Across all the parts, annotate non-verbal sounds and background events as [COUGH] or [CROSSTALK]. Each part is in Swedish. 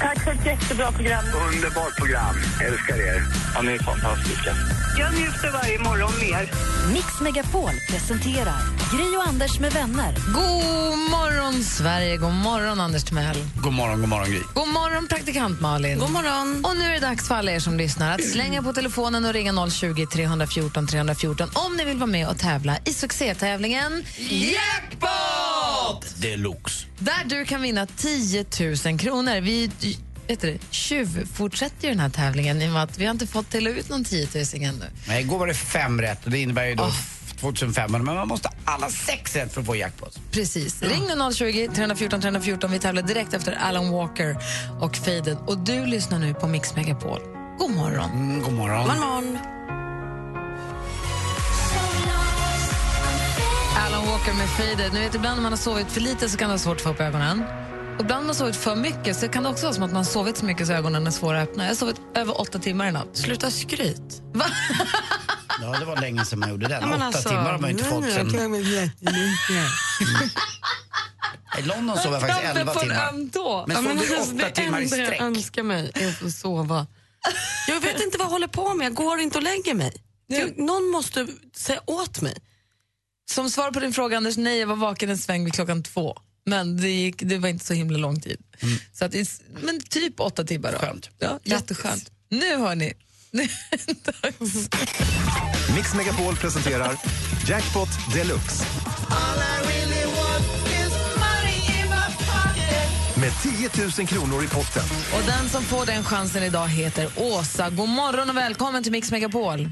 Tack för ett jättebra program. Underbart program. Älskar er. Ja, ni är fantastiska. Jag njuter varje morgon mer. Mix Megapol presenterar Gri och Anders med vänner. God morgon, Sverige. God morgon, Anders Timell. God morgon, god morgon Gry. God morgon, praktikant Malin. God morgon. Och nu är det dags för alla er som lyssnar att slänga på telefonen och ringa 020-314 314 om ni vill vara med och tävla i succétävlingen Jackpot! Deluxe. Där du kan vinna 10 000 kronor. Vi vet du, tjuvfortsätter ju den här tävlingen i och med att vi har inte fått dela ut någon 10 000 ännu. Nej, igår var det fem rätt och det innebär ju då 2500 men man måste ha alla sex rätt för att få jackpot. Precis. Ring nu 020 314 314. Vi tävlar direkt efter Alan Walker och Faden. Och du lyssnar nu på Mix Megapol. God morgon. Mm, god morgon. Alan Walker med Faded. Ni vet, ibland när man har sovit för lite så kan det vara svårt att få upp ögonen. Och ibland när man har sovit för mycket så kan det också vara som att man har sovit så mycket så ögonen är svåra att öppna. Jag har sovit över åtta timmar i natt. Sluta skryt. Va? Ja, det var länge sedan man gjorde den. Men Åtta alltså, timmar har man ju inte fått sen. I London sov jag faktiskt elva på en timmar. öm tå. Men Ja, men sov du alltså, åtta det timmar i enda jag sträck? önskar mig är att få sova. Jag vet inte vad jag håller på med. Jag går inte och lägger mig. Jag, någon måste säga åt mig. Som svar på din fråga, Anders, nej, jag var vaken en sväng vid klockan två. Men det, gick, det var inte så himla lång tid. Så att, det- men typ åtta timmar. Då. Skönt. Ja, jätteskönt. Nu hör ni. [LAUGHS] Nu är det dags. Mix Megapol presenterar Jackpot Deluxe. Med 10 000 kronor i potten. och den som får den chansen idag heter Åsa. God morgon och välkommen till Mix Megapol.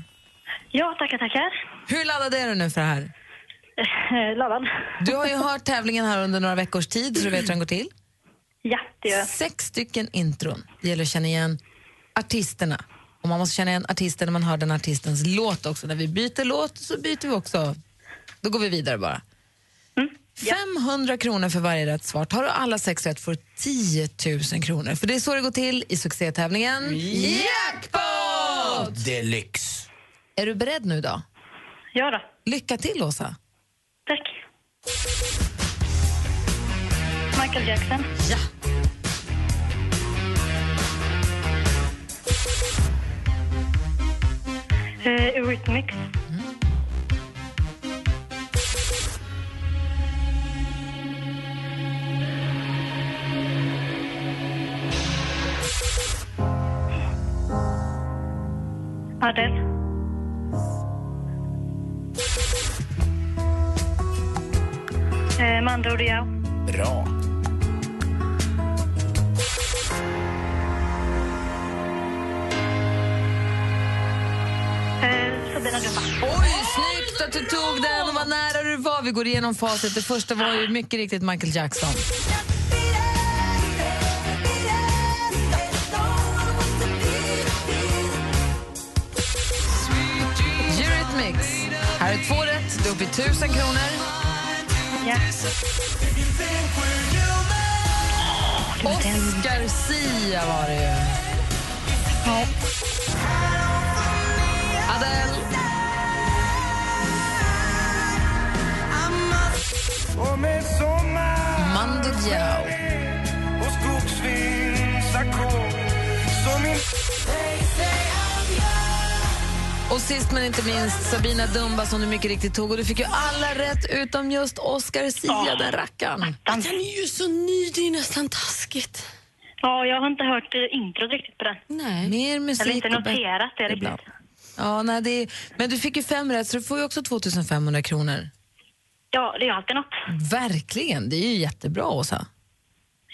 Ja, tackar, tackar. Hur laddad är du nu för det här? Eh, Laddad? Du har ju hört tävlingen här under några veckors tid så du vet hur den går till. Ja, det gör jag. Sex stycken intron. Det gäller att känna igen artisterna. Och man måste känna igen artisten när man hör den artistens låt också. När vi byter låt så byter vi också. Då går vi vidare bara. 500 kronor för varje rätt svar. Tar du alla sex rätt får du 10 000 kronor. För det är så det går till i succétävlingen Jackpot! Deluxe. Är du beredd nu då? Ja då. Lycka till Åsa! Tack. Michael Jackson. Ja. Eh, Eurythmics. Adele. Eh, Mando Diao. Bra. Eh, Sabina Dumba. Oj, snyggt att du tog den och vad nära du var. Vi går igenom facit. Det första var ju mycket riktigt Michael Jackson. Eurythmics. Här är två rätt. Du är uppe i 1000 kronor. Ja. Oscar Sia var det ju. Adele. Mando Diao. Och sist men inte minst Sabina Dumba som du mycket riktigt tog. Och du fick ju alla rätt utom just Oscar Sia, den rackaren. Den är ju så ny, det är ju nästan taskigt. Ja, jag har inte hört eh, introt riktigt på den. Nej. Mer musik Eller inte och bättre- noterat det riktigt. Ibland. Ja, nej, det är, men du fick ju fem rätt så du får ju också 2500 kronor. Ja, det är alltid något. Verkligen, det är ju jättebra Åsa.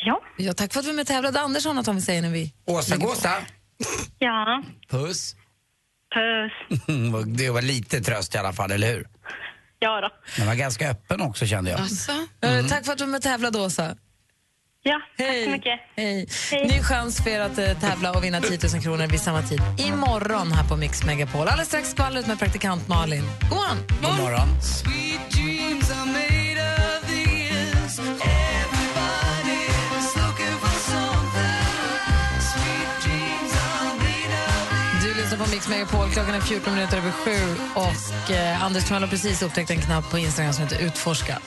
Ja. Ja, tack för att vi är med och tävlade. Anders har något han vill säga när vi... Åsa Gåsa. Ja. Puss. [LAUGHS] Puss. Mm, Det var lite tröst i alla fall, eller hur? Ja då. Den var ganska öppen också kände jag. Alltså, Eh, Tack för att du var med och tävlade Åsa. Ja, tack Hej. så mycket. Hej. Hej. Ny chans för er att eh, tävla och vinna 10 000 kronor vid samma tid imorgon här på Mix Megapol. Alldeles strax skvallret med praktikant Malin. God morgon! God morgon. Du lyssnar på Mix Megapol. Klockan är 14 minuter över sju och eh, Anders Timell har precis upptäckt en knapp på Instagram som heter Utforska.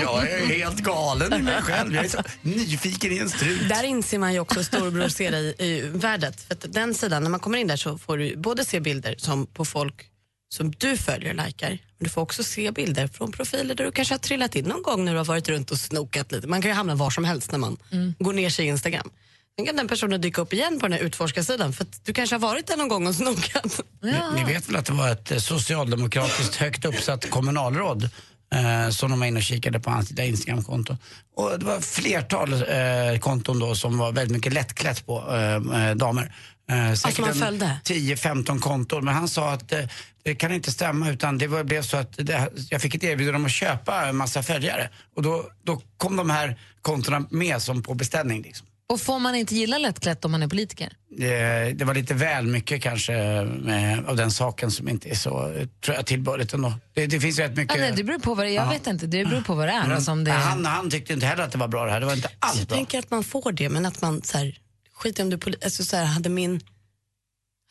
Jag är helt galen i mig själv. Jag är så nyfiken i en strut. Där inser man ju också storbror ser dig i värdet. För att den sidan, när man kommer in där så får du både se bilder som på folk som du följer och likar. Men du får också se bilder från profiler där du kanske har trillat in någon gång när du har varit runt och snokat lite. Man kan ju hamna var som helst när man går ner sig i Instagram. Sen kan den personen dyka upp igen på den här utforskarsidan för att du kanske har varit där någon gång och snokat. Ni, ni vet väl att det var ett eh, socialdemokratiskt högt uppsatt kommunalråd eh, som de var inne och kikade på hans lilla Instagramkonto. Och det var flertal eh, konton då som var väldigt mycket lättklätt på eh, eh, damer. Eh, säkert man en följde? 10-15 konton. Men han sa att eh, det kan inte stämma utan det var, blev så att det, jag fick ett erbjudande om att köpa en massa följare. Och då, då kom de här kontona med som på beställning. Liksom. Och får man inte gilla lättklätt om man är politiker? Eh, Det, det var lite väl mycket kanske eh, av den saken som inte är så eh, tror jag, tillbörligt ändå. Det, det finns rätt mycket... Ah, nej, det beror på vad det är. Jag vet inte. Det beror på vad det är. Alltså, om det Men är... han, han tyckte inte heller att det var bra det här. Det var inte alls Alltså, Jag bra. tänker att man får det, men att man så här, skit i om du är poli- alltså, så här, hade, min,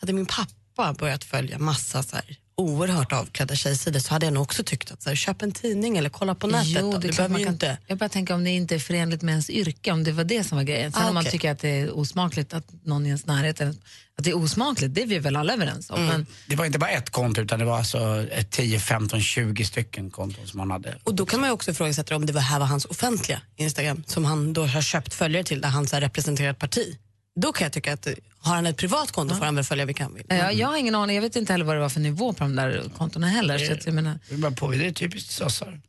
hade min pappa börjat följa massa så här, oerhört avklädda tjejsidor så hade jag nog också tyckt att så här, köp en tidning eller kolla på nätet. Jo, det då. du är klart behöver man ju kan... inte. Jag bara tänker om det inte är förenligt med ens yrke, om det var det som var grejen. Sen Ah, om man okej. tycker att det är osmakligt att någon i ens närhet, att det är osmakligt, det är vi väl alla överens om. Men Det var inte bara ett konto utan det var alltså ett 10, 15, 20 stycken konton som han hade. Och då kan man ju också ifrågasätta om det var här var hans offentliga Instagram som han då har köpt följare till där han så här, representerar ett parti. Då kan jag tycka att eh, har han ett privat konto får han väl följa vilka han vill. Ja, eh, jag har ingen aning, jag vet inte heller vad det var för nivå på de där kontona heller. Så att jag menar, Det var på, det är typiskt sossar.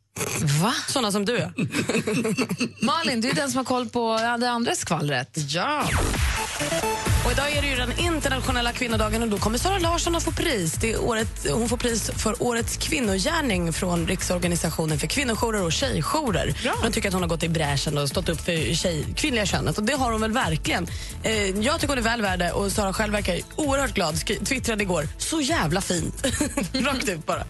va? Sådana som du ja. [LAUGHS] [LAUGHS] Malin, du är den som har koll på det andra skvallret. Ja. Och idag är det ju den internationella kvinnodagen och då kommer Sara Larsson att få pris. Det är året, hon får pris för årets kvinnogärning från Riksorganisationen för kvinnojourer och tjejjourer. De tycker att hon har gått i bräschen och stått upp för tjej, kvinnliga könet och det har hon väl verkligen. Eh, jag tycker hon är väl värd det och Sara själv verkar oerhört glad. Skri- twittrade igår, så jävla fint. [LAUGHS] Rakt ut bara.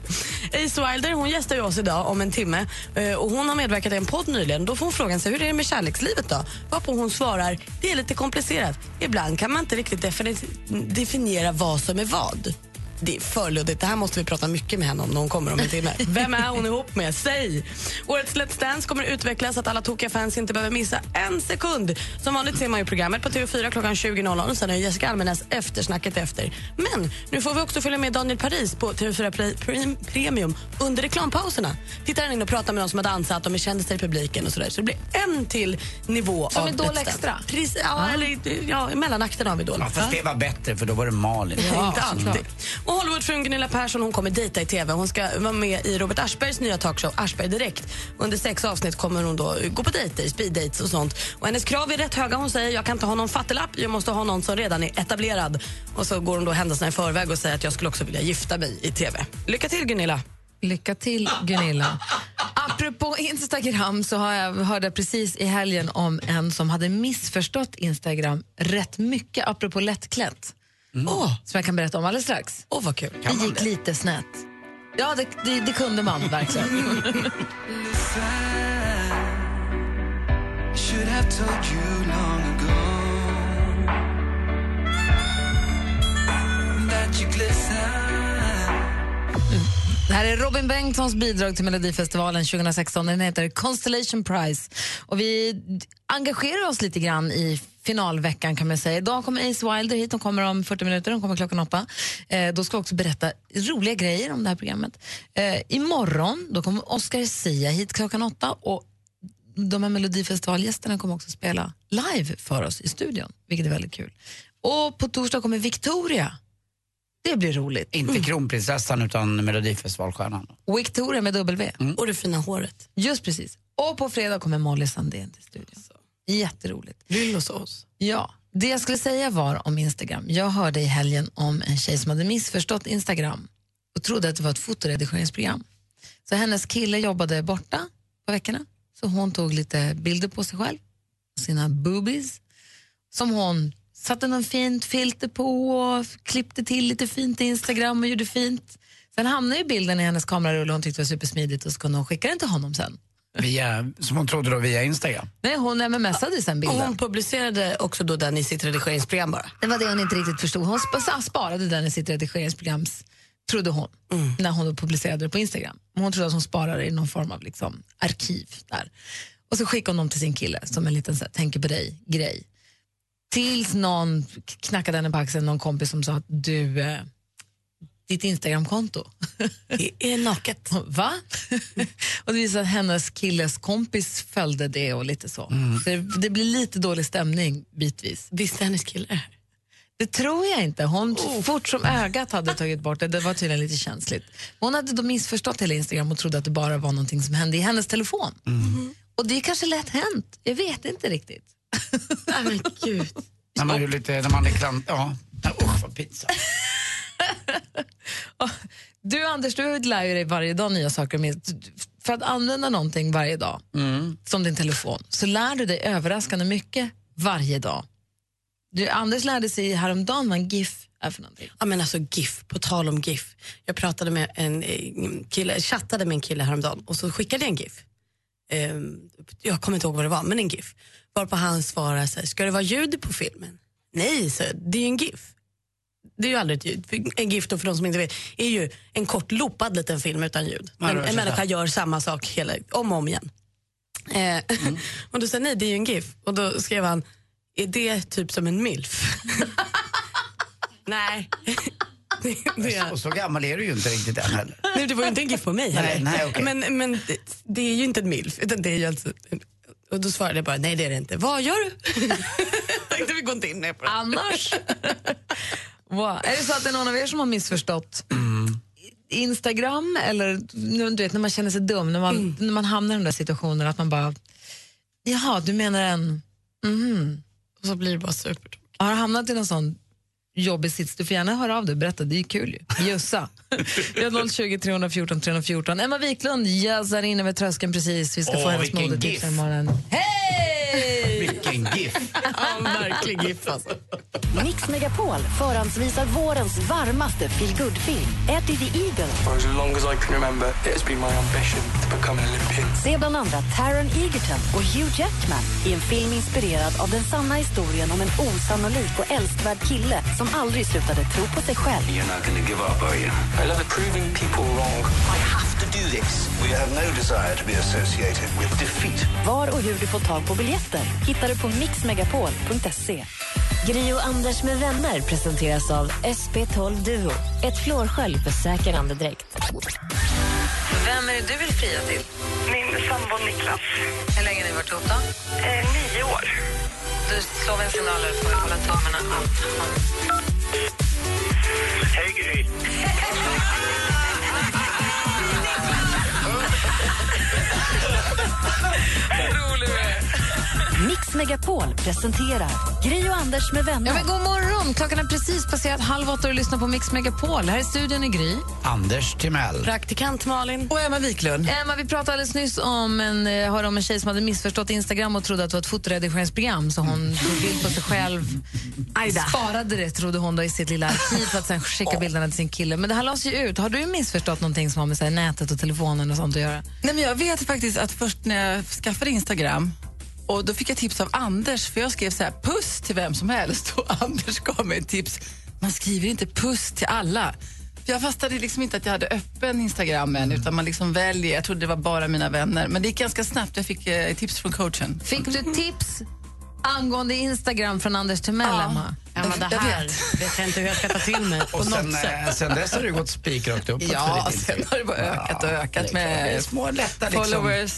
Ace Wilder hon gästar ju oss idag om en timme eh, och hon har medverkat i en podd nyligen. Då får hon frågan sig hur är det med kärlekslivet då? Varpå hon svarar, det är lite komplicerat. Ibland kan man inte riktigt defini- definiera vad som är vad. Det är för luddigt. Det här måste vi prata mycket med henne om när hon kommer om [LAUGHS] en timme. Vem är hon ihop med? Säg! Årets Let's Dance kommer att utvecklas så att alla tokiga fans inte behöver missa en sekund. Som vanligt ser man ju programmet på TV4 klockan 20.00 och sen är Jessica Almenäs eftersnacket efter. Men nu får vi också följa med Daniel Paris på TV4 Play Prem- Premium under reklampauserna. Tittar han in och pratar med de som har dansat, de är kändisar i publiken och sådär. Så det blir en till nivå Som av Idol Let's Dance. Extra? Precis, ja, eller ja, mellanakten av Idol. Ja, fast det var bättre för då var det Malin. Ja, inte såklart. alltid. Och Hollywoodfrun Gunilla Persson hon kommer dejta i tv. Hon ska vara med i Robert Aschbergs nya talkshow Aschberg direkt. Under sex avsnitt kommer hon då gå på dejter, speed dates och sånt. Och hennes krav är rätt höga. Hon säger jag kan inte ha någon fattelapp, jag måste ha någon som redan är etablerad. Och så går hon då händelserna i förväg och säger att jag skulle också vilja gifta mig i tv. Lycka till Gunilla! Lycka till Gunilla. Apropå Instagram så har jag, hörde jag precis i helgen om en som hade missförstått Instagram rätt mycket apropå lättklätt. Åh, som jag kan berätta om alldeles strax. Åh vad kul! det gick lite snett. Ja, det, det, det kunde man verkligen. Det här är Robin Bengtssons bidrag till Melodifestivalen 2016. Den heter Constellation Prize. Och vi d- engagerar oss lite grann i finalveckan kan man säga. Idag kommer Ace Wilder hit, hon kommer om 40 minuter, hon kommer klockan åtta. Eh, då ska vi också berätta roliga grejer om det här programmet. Eh, imorgon då kommer Oscar Sia hit klockan åtta och de här Melodifestivalgästerna kommer också spela live för oss i studion, vilket är väldigt kul. Och på torsdag kommer Victoria. Det blir roligt. Inte kronprinsessan utan melodifestivalstjärnan. Victoria med W. Och det fina håret. Just precis. Och på fredag kommer Molly Sandén till studion. Jätteroligt. Vill hos oss. Ja, det jag skulle säga var om Instagram. Jag hörde i helgen om en tjej som hade missförstått Instagram och trodde att det var ett fotoredigeringsprogram. Så hennes kille jobbade borta på veckorna, så hon tog lite bilder på sig själv sina boobies som hon satte någon fint filter på och klippte till lite fint i Instagram och gjorde fint. Sen hamnade ju bilden i hennes kamerarulle och hon tyckte det var supersmidigt och så kunde hon skicka den till honom sen. Via, som hon trodde då via Instagram. Nej, hon mmsade sen Och bilden. hon publicerade också då den i sitt redigeringsprogram bara. Det var det hon inte riktigt förstod. Hon spa- sparade den i sitt redigeringsprograms, trodde hon, när hon då publicerade det på Instagram. Men Hon trodde att hon sparade det i någon form av liksom, arkiv där. Och så skickade hon dem till sin kille som en liten så här, tänker på dig-grej. Tills någon k- knackade henne på axeln, någon kompis som sa att du, eh, ditt Instagramkonto. [LAUGHS] Det är naket. Va? [LAUGHS] och det visade att hennes killes kompis följde det och lite så. så det, det blir lite dålig stämning bitvis. Mm. Visste hennes kille Oh. Det tror jag inte. Hon fort som ögat hade tagit bort det. Det var tydligen lite känsligt. Hon hade då missförstått hela Instagram och trodde att det bara var någonting som hände i hennes telefon. Mm. Och det är kanske lätt hänt. Jag vet inte riktigt. Nej men gud. När man, är lite, när man är klant, ja. Ja, Usch vad pinsamt. Du Anders, du lär ju dig varje dag nya saker. Men För att använda någonting varje dag, som din telefon, så lär du dig överraskande mycket varje dag. Du, Anders lärde sig häromdagen vad en GIF är för någonting. Ja, men alltså GIF, på tal om GIF. Jag pratade med en eh, kille, chattade med en kille häromdagen och så skickade jag en GIF. Ehm, jag kommer inte ihåg vad det var, men en GIF. Varpå han svarade så här, ska det vara ljud på filmen? Nej, så det är ju en GIF. Det är ju aldrig ett ljud. För En GIF då, för de som inte vet, är ju en kort loopad liten film utan ljud. Ja, det En, var en så människa här. gör samma sak hela, om och om igen. Eh, [LAUGHS] och då sa jag, nej det är ju en GIF. Och då skrev han, är det typ som en milf? nej. [LAUGHS] det, det, Och så gammal är du ju inte riktigt än heller. nej, det var ju inte en GIF på mig Nej, heller. nej, okej. men, men det, det är ju inte en milf. Utan det är ju alltså, och då svarade jag bara, nej det är det inte. Vad gör du? [LAUGHS] Jag tänkte, vi går inte in mer på det. annars? wow. Är det så att det är någon av er som har missförstått Instagram eller nu, du vet, när man känner sig dum, när man, Mm. när man hamnar i de där situationerna att man bara, jaha, du menar en, mhm. Och så blir det bara super. Har du hamnat i någon sån jobbig sits, du får gärna höra av dig och berätta, det är ju kul ju. Jussa. Vi har 020 314 314. Emma Wiklund jäsar in över tröskeln precis, vi ska Åh, få hennes vilken modetips gif. den morgonen. Hej! Vilken [LAUGHS] GIF. Ja, verklig GIF alltså. Mix Megapol förhandsvisar vårens varmaste feelgood-film, Eddie the Eagle. For as long as I can remember, it has been my ambition to become an Olympian. Se bland andra Taron Egerton och Hugh Jackman i en film inspirerad av den sanna historien om en osannolik och älskvärd kille som aldrig slutade tro på sig själv. You're not going to give up, are you? I love proving people wrong. I have to do this. We have no desire to be associated with defeat. Var och hur du får tag på biljetter hittar du på mixmegapol.se. Gri och Anders med vänner presenteras av SP12 Duo. Ett flårskölj för säker andedräkt. Vem är det du vill fria till? Min sambo Niklas, Hur länge har ni varit ihop då? eh, nio år. Du slår en signal och får hålla tummarna att han... Hej, Gry. Mix Megapol presenterar Gri och Anders med vänner. Ja, men god morgon! Klockan är precis passerat halv åtta och du lyssnar på Mix Megapol. Här i studion är Gry. Anders Timell. Praktikant Malin. Och Emma Wiklund. Emma, vi pratade alldeles nyss om en, eh, hörde om en tjej som hade missförstått Instagram och trodde att det var ett fotoredigeringsprogram så Mm. hon tog bild på sig själv, sparade det trodde hon då i sitt lilla arkiv för att sen skicka bilderna till sin kille. Men det här lades ju ut. Har du missförstått någonting som har med så här, nätet och telefonen och sånt att göra? Nej, men jag vet faktiskt att först när jag skaffade Instagram och då fick jag tips av Anders, för jag skrev så här, puss till vem som helst [LAUGHS] och Anders gav mig ett tips. Man skriver inte puss till alla. För jag fastnade liksom inte att jag hade öppen Instagram Mm. än, utan man liksom väljer. Jag trodde det var bara mina vänner. Men det gick ganska snabbt. Jag fick eh, tips från coachen. Fick du tips angående Instagram från Anders Timell, Emma? Emma, det Jag här vet. vet jag inte hur jag ska ta till mig på Och sen, något sätt. eh, sen dess har du gått spikrakt uppåt. Ja, för ditt sen har det bara ökat och ökat Det är med små lätta liksom. [LAUGHS] followers.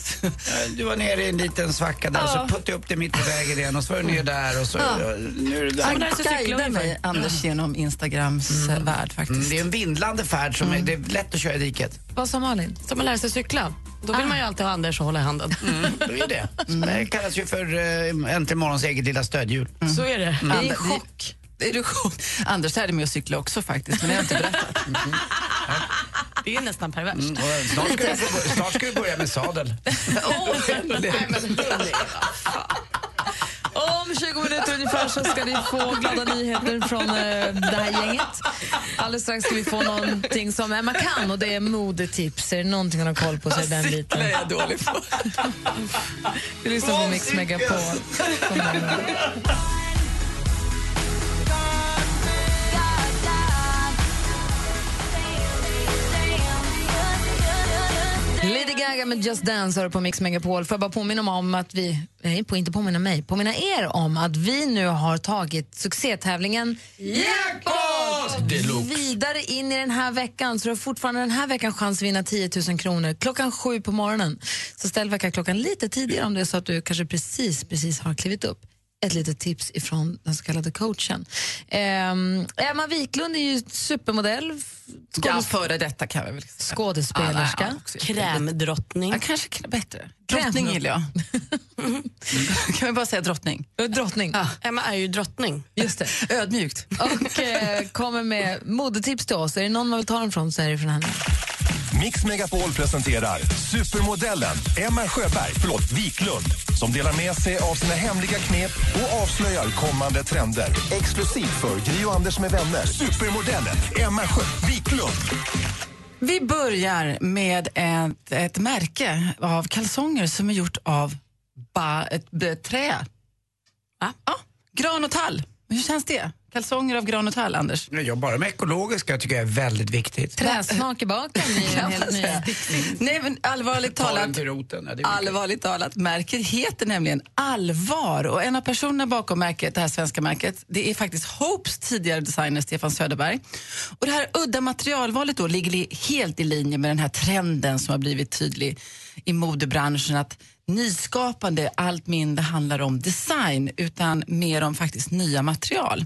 Du var nere i en liten svacka där, så puttade jag upp dig mitt på vägen igen och så var du ner där och så nu är du där. Han där så cyklar guidar vi mig, Anders, genom Instagrams eh, värld faktiskt. Mm. Det är en vindlande färd som Mm. är, det är lätt att köra i diket. Vad sa Malin? Som att lära sig cykla. Då vill man ju alltid ha Anders och hålla i handen. Mm. [LAUGHS] Det är det. Det kallas ju för äh, Äntligen morgons eget lilla stödhjul. Så är det. Jag Mm. är i chock. Är du i chock? Anders lärde mig att cykla också faktiskt, men det har jag inte [LAUGHS] berättat. Mm. Det är nästan perverst. Mm, Och Snart ska, du Mm. [LAUGHS] få, snart ska du börja med sadel. Åh, nej, men, Om 20 minuter ungefär så ska ni få glada nyheter från eh, det här gänget. Alldeles strax ska vi få någonting som Emma kan och det är modetips. Är det någonting hon har koll på så är det den biten. är jag dålig på. Vi lyssnar på Mix Megapol. God morgon. Lady Gaga med Just Dance har du på Mix Megapol. Får jag bara påminna mig om att vi, nej, på, inte påminna mig, påminna er om att vi nu har tagit succétävlingen Jackpot vidare in i den här veckan. Så du har fortfarande den här veckan chans att vinna 10 000 kronor klockan sju på morgonen. Så ställ väckarklockan lite tidigare om det är så att du kanske precis, precis har klivit upp. Ett litet tips ifrån den så kallade coachen. Ehm, Emma Wiklund är ju supermodell, Ja, skådes- före detta kan vi väl säga. skådespelerska. Ja, nej, också. Krämdrottning. Ja, kanske k- bättre. Drottning Kräm- gillar jag. [LAUGHS] kan vi bara säga drottning? Eh, Och Drottning. Emma är ju drottning. Just det. Ödmjukt. Ah. [LAUGHS] Och eh, kommer med modetips till oss. Är det någon man vill ta den från så är det från henne. Mix Megapol presenterar supermodellen Emma Sjöberg, förlåt, Wiklund som delar med sig av sina hemliga knep och avslöjar kommande trender. Exklusivt för Gri och Anders med vänner. Supermodellen Emma Sjö Wiklund. Vi börjar med ett, ett märke av kalsonger som är gjort av ba, ett, b, trä. Ja. gran och tall. Hur känns det? Kalsonger av gran och tall, Anders? Jag jobbar med ekologiska tycker jag är väldigt viktigt. Träsmak i baken är ju en [LAUGHS] helt ny. Nej, men allvarligt Ta den talat. till roten. Ja, det är viktigt. Allvarligt talat, märket heter nämligen Allvar och en av personerna bakom märket, det här svenska märket, det är faktiskt Hopes tidigare designer Stefan Söderberg. Och det här udda materialvalet då ligger li- helt i linje med den här trenden som har blivit tydlig i modebranschen att nyskapande allt mindre handlar om design utan mer om faktiskt nya material.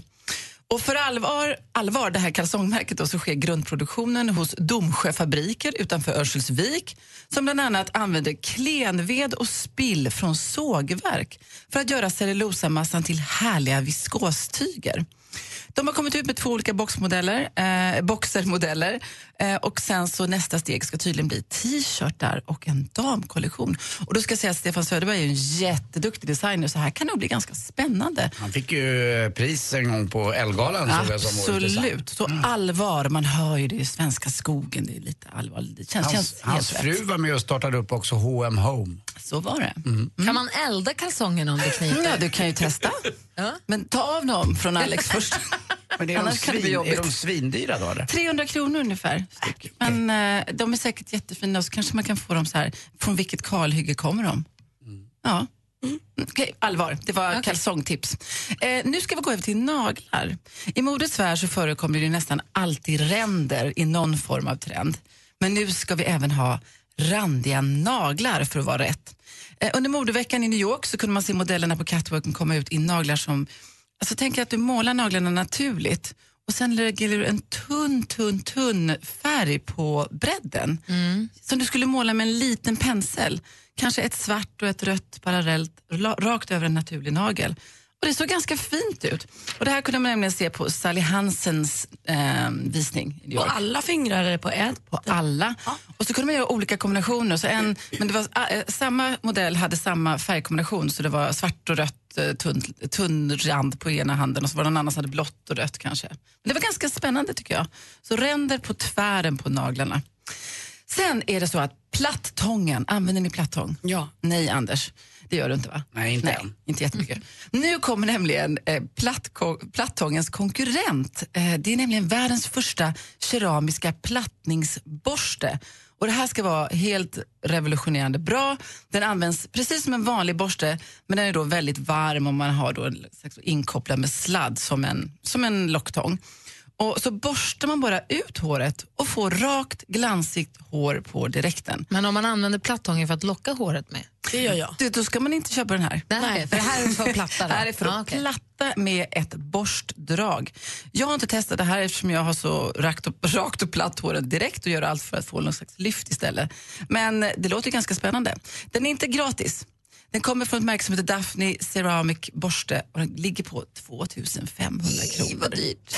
Och för allvar, allvar det här kalsongmärket då, så sker grundproduktionen hos Domsjö fabriker utanför Örnsköldsvik som bland annat använder klenved och spill från sågverk för att göra cellulosamassan till härliga viskostyger. De har kommit ut med två olika boxmodeller, eh, boxermodeller eh, och sen så nästa steg ska tydligen bli t-shirtar och en damkollektion. Och då ska jag säga att Stefan Söderberg är ju en jätteduktig designer så här kan det nog bli ganska spännande. Han fick ju eh, pris en gång på Ellegalan såg jag som Mm. årets design. Absolut. Så allvar, man hör ju det i svenska skogen. Det är lite allvar. Det känns, Hans, känns hans helt rätt. fru var Mm. med och startade upp också H&M Home. Så var det. Mm. Kan man elda kalsongerna om det kniper? Ja, du kan ju testa. Men ta av dem från Alex först. Men är, de Annars kan det bli svin, är jobbigt. de svindyra då eller? 300 kronor ungefär. styck. Men eh, de är säkert jättefina och så kanske man kan få dem så här. Från vilket kalhygge kommer de? Ja. Mm. Okej, allvar. Det var kalsongtips. Eh, nu ska vi gå över till naglar. I modets värld så förekommer det nästan alltid ränder i någon form av trend. Men nu ska vi även ha randiga naglar för att vara rätt. Eh, under modeveckan i New York så kunde man se modellerna på catwalken komma ut i naglar som... Alltså tänk att du målar naglarna naturligt och sen lägger du en tunn, tunn, tunn färg på bredden Mm. som du skulle måla med en liten pensel. Kanske ett svart och ett rött parallellt la- rakt över en naturlig nagel. Och Det såg ganska fint ut. Och Det här kunde man nämligen se på Sally Hansens eh, visning i New York Och alla fingrar är på ett. på alla. Och så kunde man göra olika kombinationer. Så en, men det var, eh, samma modell hade samma färgkombination så det var svart och rött, eh, tunn, tunn rand på ena handen och så var det någon annan som hade blått och rött kanske. Men det var ganska spännande tycker jag. Så ränder på tvären på naglarna. Sen är det så att plattången, använder ni plattång? Ja. Nej, Anders. Det gör du inte va? Nej, inte Nej, än. inte jättemycket. Nu kommer nämligen eh, plattko- plattångens konkurrent. Eh, det är nämligen världens första keramiska plattningsborste. Och det här ska vara helt revolutionerande bra. Den används precis som en vanlig borste men den är då väldigt varm och man har då en slags inkopplad med sladd som en, som en locktång. Och så borstar man bara ut håret och får rakt glansigt hår på direkten. Men om man använder plattången för att locka håret med? Det gör jag. Du, då ska man inte köpa den här. Nej, okej, för det här är för platta. [LAUGHS] Det här är för att platta med ett borstdrag. Jag har inte testat det här eftersom jag har så rakt och, [LAUGHS] rakt och platt hår direkt och gör allt för att få någon slags lyft istället. Men det låter ju ganska spännande. Den är inte gratis. Den kommer från ett märke som heter Daphne Ceramic Borste och den ligger på 2500 kronor. Vad dyrt.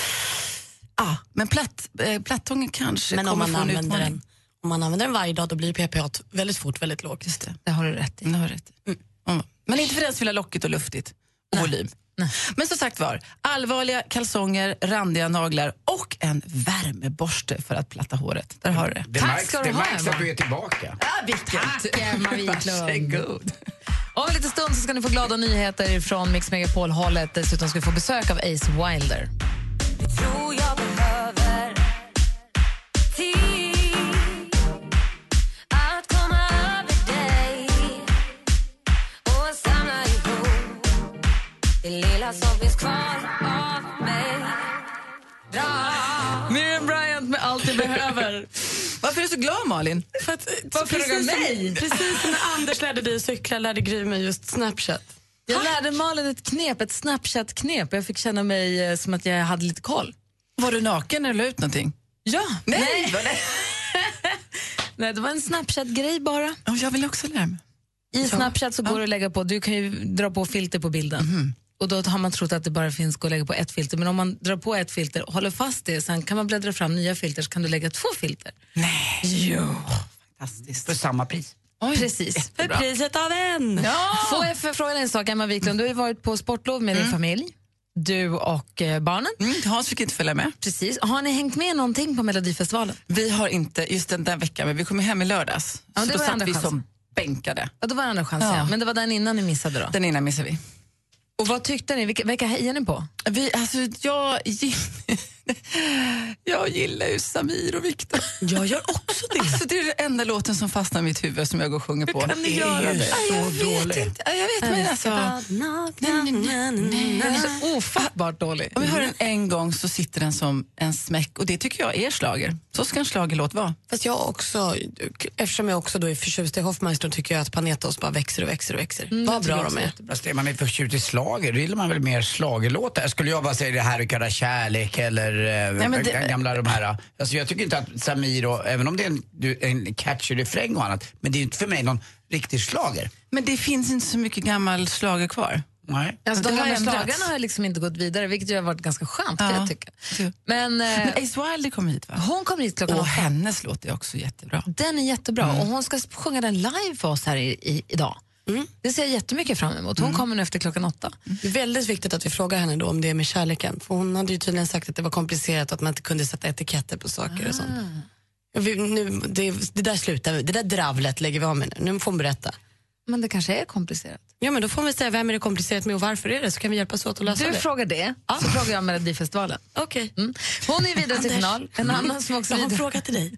Ah, men platt, eh, plattången kanske Men om kommer man, få en använder utmaning. den, om man använder den varje dag då blir PPA t- väldigt fort väldigt lågt. Just det. Det har du rätt i. Mm, det har du rätt i. Mm. Men inte för den som vill ha lockigt och luftigt. och volym. Men som sagt var, allvarliga kalsonger, randiga naglar och en värmeborste för att platta håret. Där har du det. Det Tack märks, ska du det ha, märks att Emma. du är tillbaka. Ja, vilken Tack, tur. Emma Wiklund. Varsågod. Om en liten stund så ska ni få glada nyheter från Mix Megapol-hållet. Dessutom ska vi få besök av Ace Wilder. Miriam Bryant med Allt jag behöver. Varför är du så glad, Malin? För att, eh, Varför frågar precis, mig? som, precis som när Anders lärde dig att cykla lärde Gry mig just Snapchat. Jag lärde Malin ett knep, ett Snapchat-knep. Jag fick känna mig eh, som att jag hade lite koll. Var du naken när du la ut någonting? Ja, nej. nej. Vad det- det var en Snapchat-grej bara. Ja, jag vill också lära mig. I Snapchat så går det att lägga på, du kan ju dra på filter på bilden. Mhm. Och då har man trott att det bara finns gå att lägga på ett filter. Men om man drar på ett filter och håller fast det, sen kan man bläddra fram nya filter så kan du lägga två filter. Nej. Jo. Fantastiskt. För samma pris. Oj, Precis. För priset av en! Får jag för- fråga dig en sak, Emma Wiklund? Du har ju varit på sportlov med din familj, du och eh, barnen. Mm, Hans fick inte följa med. Precis. Har ni hängt med någonting på Melodifestivalen? Vi har inte just den där veckan, men vi kom ju hem i lördags. Ja, så det då var andra satt vi chansen. som bänkade. Ja, då var det andra chansen, Ja. ja. men det var den innan ni missade då. Den ena missade vi. Och vad tyckte ni? Vilka, vilka hejade ni på? vi alltså, jag, gill- [LAUGHS] jag gillar ju Samir och Viktor. Jag gör också det. Alltså, det är den enda låten som fastnar i mitt huvud som jag går och sjunger på. kan ni göra det? Ja, jag vet dålig. inte. Ja, Jag vet, men alltså... Den är så ofattbart dålig. Om vi hör den en gång så sitter den som en smäck och det tycker jag är slager. Så ska en slagerlåt vara. Fast jag också, eftersom jag också då är förtjust i Hoffmeister tycker jag att Panetos bara växer och växer och växer. Mm, Vad bra de är. Fast är man inte förtjust i slager, då gillar man väl mer slagerlåtar. Skulle jag bara säga det här och kalla kärlek eller Nej, men det- den gamla de här. Alltså jag tycker inte att Samir, och, även om det är en, du- en catchy refräng och annat, men det är ju inte för mig någon riktig slager. Men det finns inte så mycket gammal slager kvar. Nej. [LAUGHS] Alltså, Det de har gamla ändrats. slagarna har liksom inte gått vidare, vilket ju har varit ganska skönt. kan Ja. Jag tycker. Ja. Men, eh, Men Ace Wilder kom hit va? hon kommer hit klockan Och åtta. hennes låt är också jättebra. Den är jättebra Mm. och hon ska sjunga den live för oss här i, i, idag. Det ser jag jättemycket fram emot. Hon kommer nu efter klockan åtta. Mm. Det är väldigt viktigt att vi frågar henne då om det är med kärleken. För hon hade ju tydligen sagt att det var komplicerat och att man inte kunde sätta etiketter på saker och sånt. Ah. Ja, Vi, nu, det, det där slutar vi. Det där dravlet lägger vi av med nu. Nu får hon berätta. Men det kanske är komplicerat. Ja, men då får vi säga vem är det komplicerat med och varför är det? Så kan vi hjälpas åt att lösa Du det. Ah. frågar det, så frågar jag Melodifestivalen. Okej. Mm. Hon är vidare till Anders. final. En annan som också Jag har är en vidare. fråga till dig.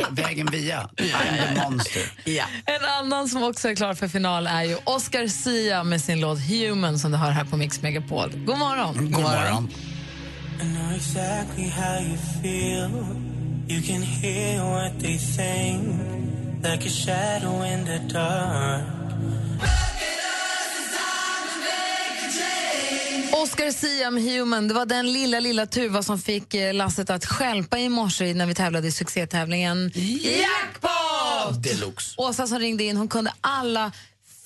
Ja, Vägen via. I'm the monster. Ja. En annan som också är klar för final är ju Oscar Sia med sin låt Human som du hör här på Mix Megapol. God morgon! God morgon. Oscar Sia med Human, det var den lilla, lilla tuva som fick eh, Lasset att skälpa i morse när vi tävlade i succétävlingen Jackpot! Deluxe. Åsa som ringde in, hon kunde alla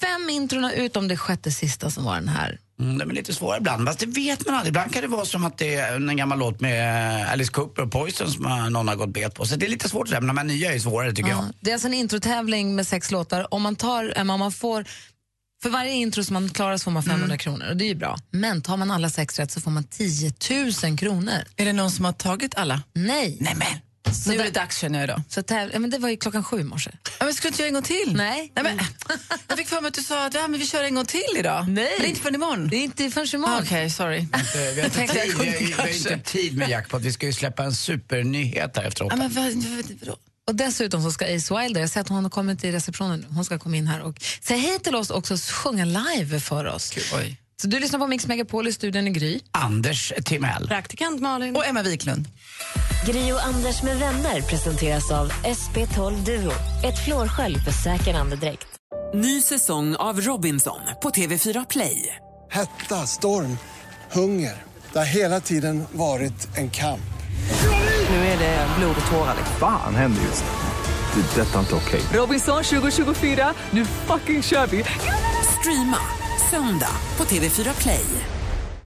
fem introna utom det sjätte sista som var den här. Mm, de är lite svåra ibland, fast det vet man aldrig. Ibland kan det vara som att det är en gammal låt med eh, Alice Cooper och Poison som eh, någon har gått bet på. Så det är lite svårt sådär, men de här nya är svårare tycker jag. Ja. Det är alltså en introtävling med sex låtar. Om man tar, Emma, om man får, för varje intro som man klarar så får man 500 kronor och det är ju bra. Men tar man alla sex rätt så får man 10 000 kronor. Är det någon som har tagit alla? Nej! Nej men, nu är det dags känner jag då. Så täv- ja, men det var ju klockan sju i morse. Ja, men ska du inte göra en gång till? Nej. Nej men, [LAUGHS] jag fick för mig att du sa att ja, men vi kör en gång till idag. Nej. Men det är inte förrän imorgon. Det är inte förrän imorgon. Ah, Okej, sorry. Eh, Vi har, [LAUGHS] inte tänkte jag tid, vi, kunde har, vi har kanske. inte tid med jackpot. Vi ska ju släppa en supernyhet här efter åtta. Ja, men, vad, vad, vadå? Och dessutom så ska Ace Wilder, jag ser att hon har kommit till receptionen nu, hon ska komma in här och säga hej till oss och också sjunga live för oss. Oj. Så du lyssnar på Mix Megapol i studion i Gry. Anders Timell. Praktikant Malin. Och Emma Wiklund. Gri och Anders med vänner presenteras av SP12 Duo. Ett flårskölj för säker andedräkt. Ny säsong av Robinson på TV4 Play. Hetta, storm, hunger. Det har hela tiden varit en kamp. Nu är det blod och tårar. Fan händer just nu. Det. är Detta är inte okej. Robinson 2024, nu fucking kör vi! Streama söndag på TV4 Play.